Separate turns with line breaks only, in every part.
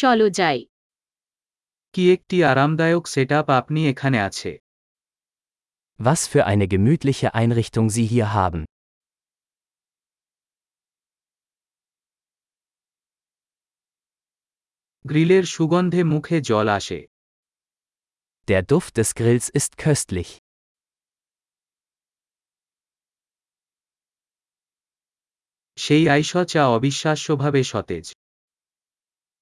চলো যাই
কি একটি আরামদায়ক সেটআপ আপনি এখানে আছে
Was für eine gemütliche Einrichtung Sie hier haben.
গ্রিলের সুগন্ধে মুখে জল আসে
Der Duft des Grills ist köstlich.
সেই আইস চা অবিশ্বাস্যভাবে সতেজ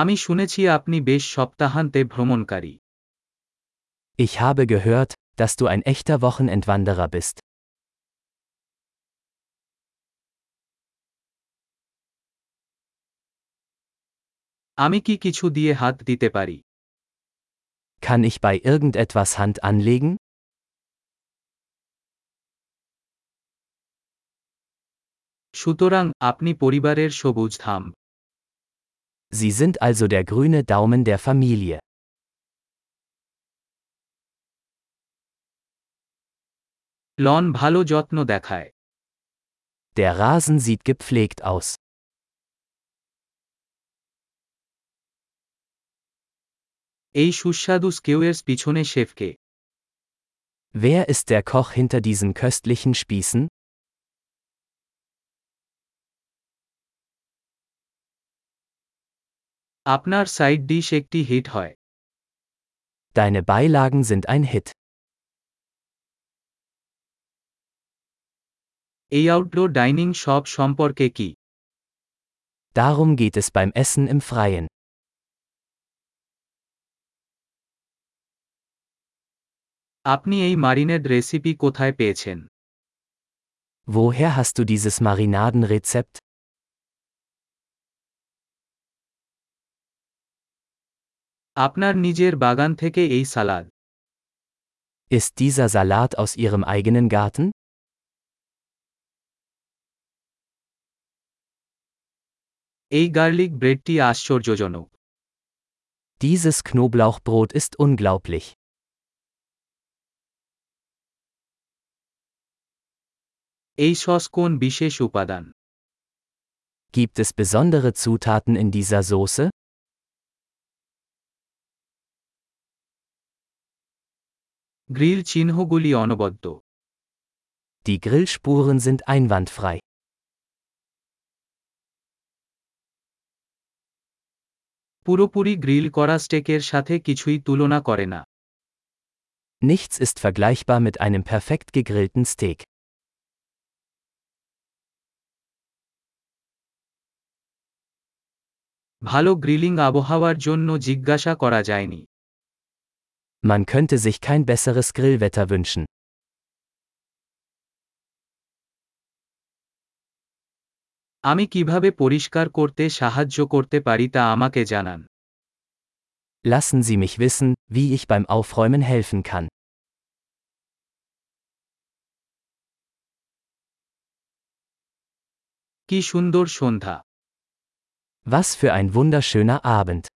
আমি শুনেছি আপনি বেশ সপ্তাহান্তে ভ্রমণকারী
Ich habe gehört, dass du ein echter Wochenendwanderer bist.
আমি কি কিছু দিয়ে হাত দিতে পারি
Kann ich bei irgendetwas Hand anlegen?
সুতরাং আপনি পরিবারের সবুজ ধাম
Sie sind also der grüne Daumen der Familie.
Lawn ভালো যত্ন দেখায়
Der Rasen sieht gepflegt aus.
এই সুস্বাদু স্কেওয়ের পিছনে শেফকে
Wer ist der Koch hinter diesen köstlichen Spießen?
আপনার সাইড ডিশ একটি হিট হয়
Deine Beilagen sind ein Hit.
এই আউটডোর ডাইনিং শপ সম্পর্কে কি
Darum geht es beim Essen im Freien.
আপনি এই মারিনেড রেসিপি কোথায় পেয়েছেন
Woher hast du dieses Marinadenrezept?
আপনার নিজের বাগান থেকে এই salad
Ist dieser Salat aus Ihrem eigenen Garten?
এই গার্লিক ব্রেডটি আশ্চর্যজনক
Dieses Knoblauchbrot ist unglaublich.
এই সস কোন বিশেষ উপাদান
Gibt es besondere Zutaten in dieser Soße?
Grill চিহ্নগুলি অনবদ্য
Die Grillspuren sind einwandfrei.
পুরোপুরি গ্রিল করা স্টেকের সাথে কিছুই তুলনা করে না
Nichts ist vergleichbar mit einem perfekt gegrillten Steak.
ভালো গ্রিলিং আবহাওয়ার জন্য জিজ্ঞাসা করা যায়নি
Man könnte sich kein besseres Grillwetter wünschen.
আমি কিভাবে পরিষ্কার করতে সাহায্য করতে পারি তা আমাকে জানান
Lassen Sie mich wissen, wie ich beim Aufräumen helfen kann.
কি সুন্দর সন্ধ্যা
Was für ein wunderschöner Abend.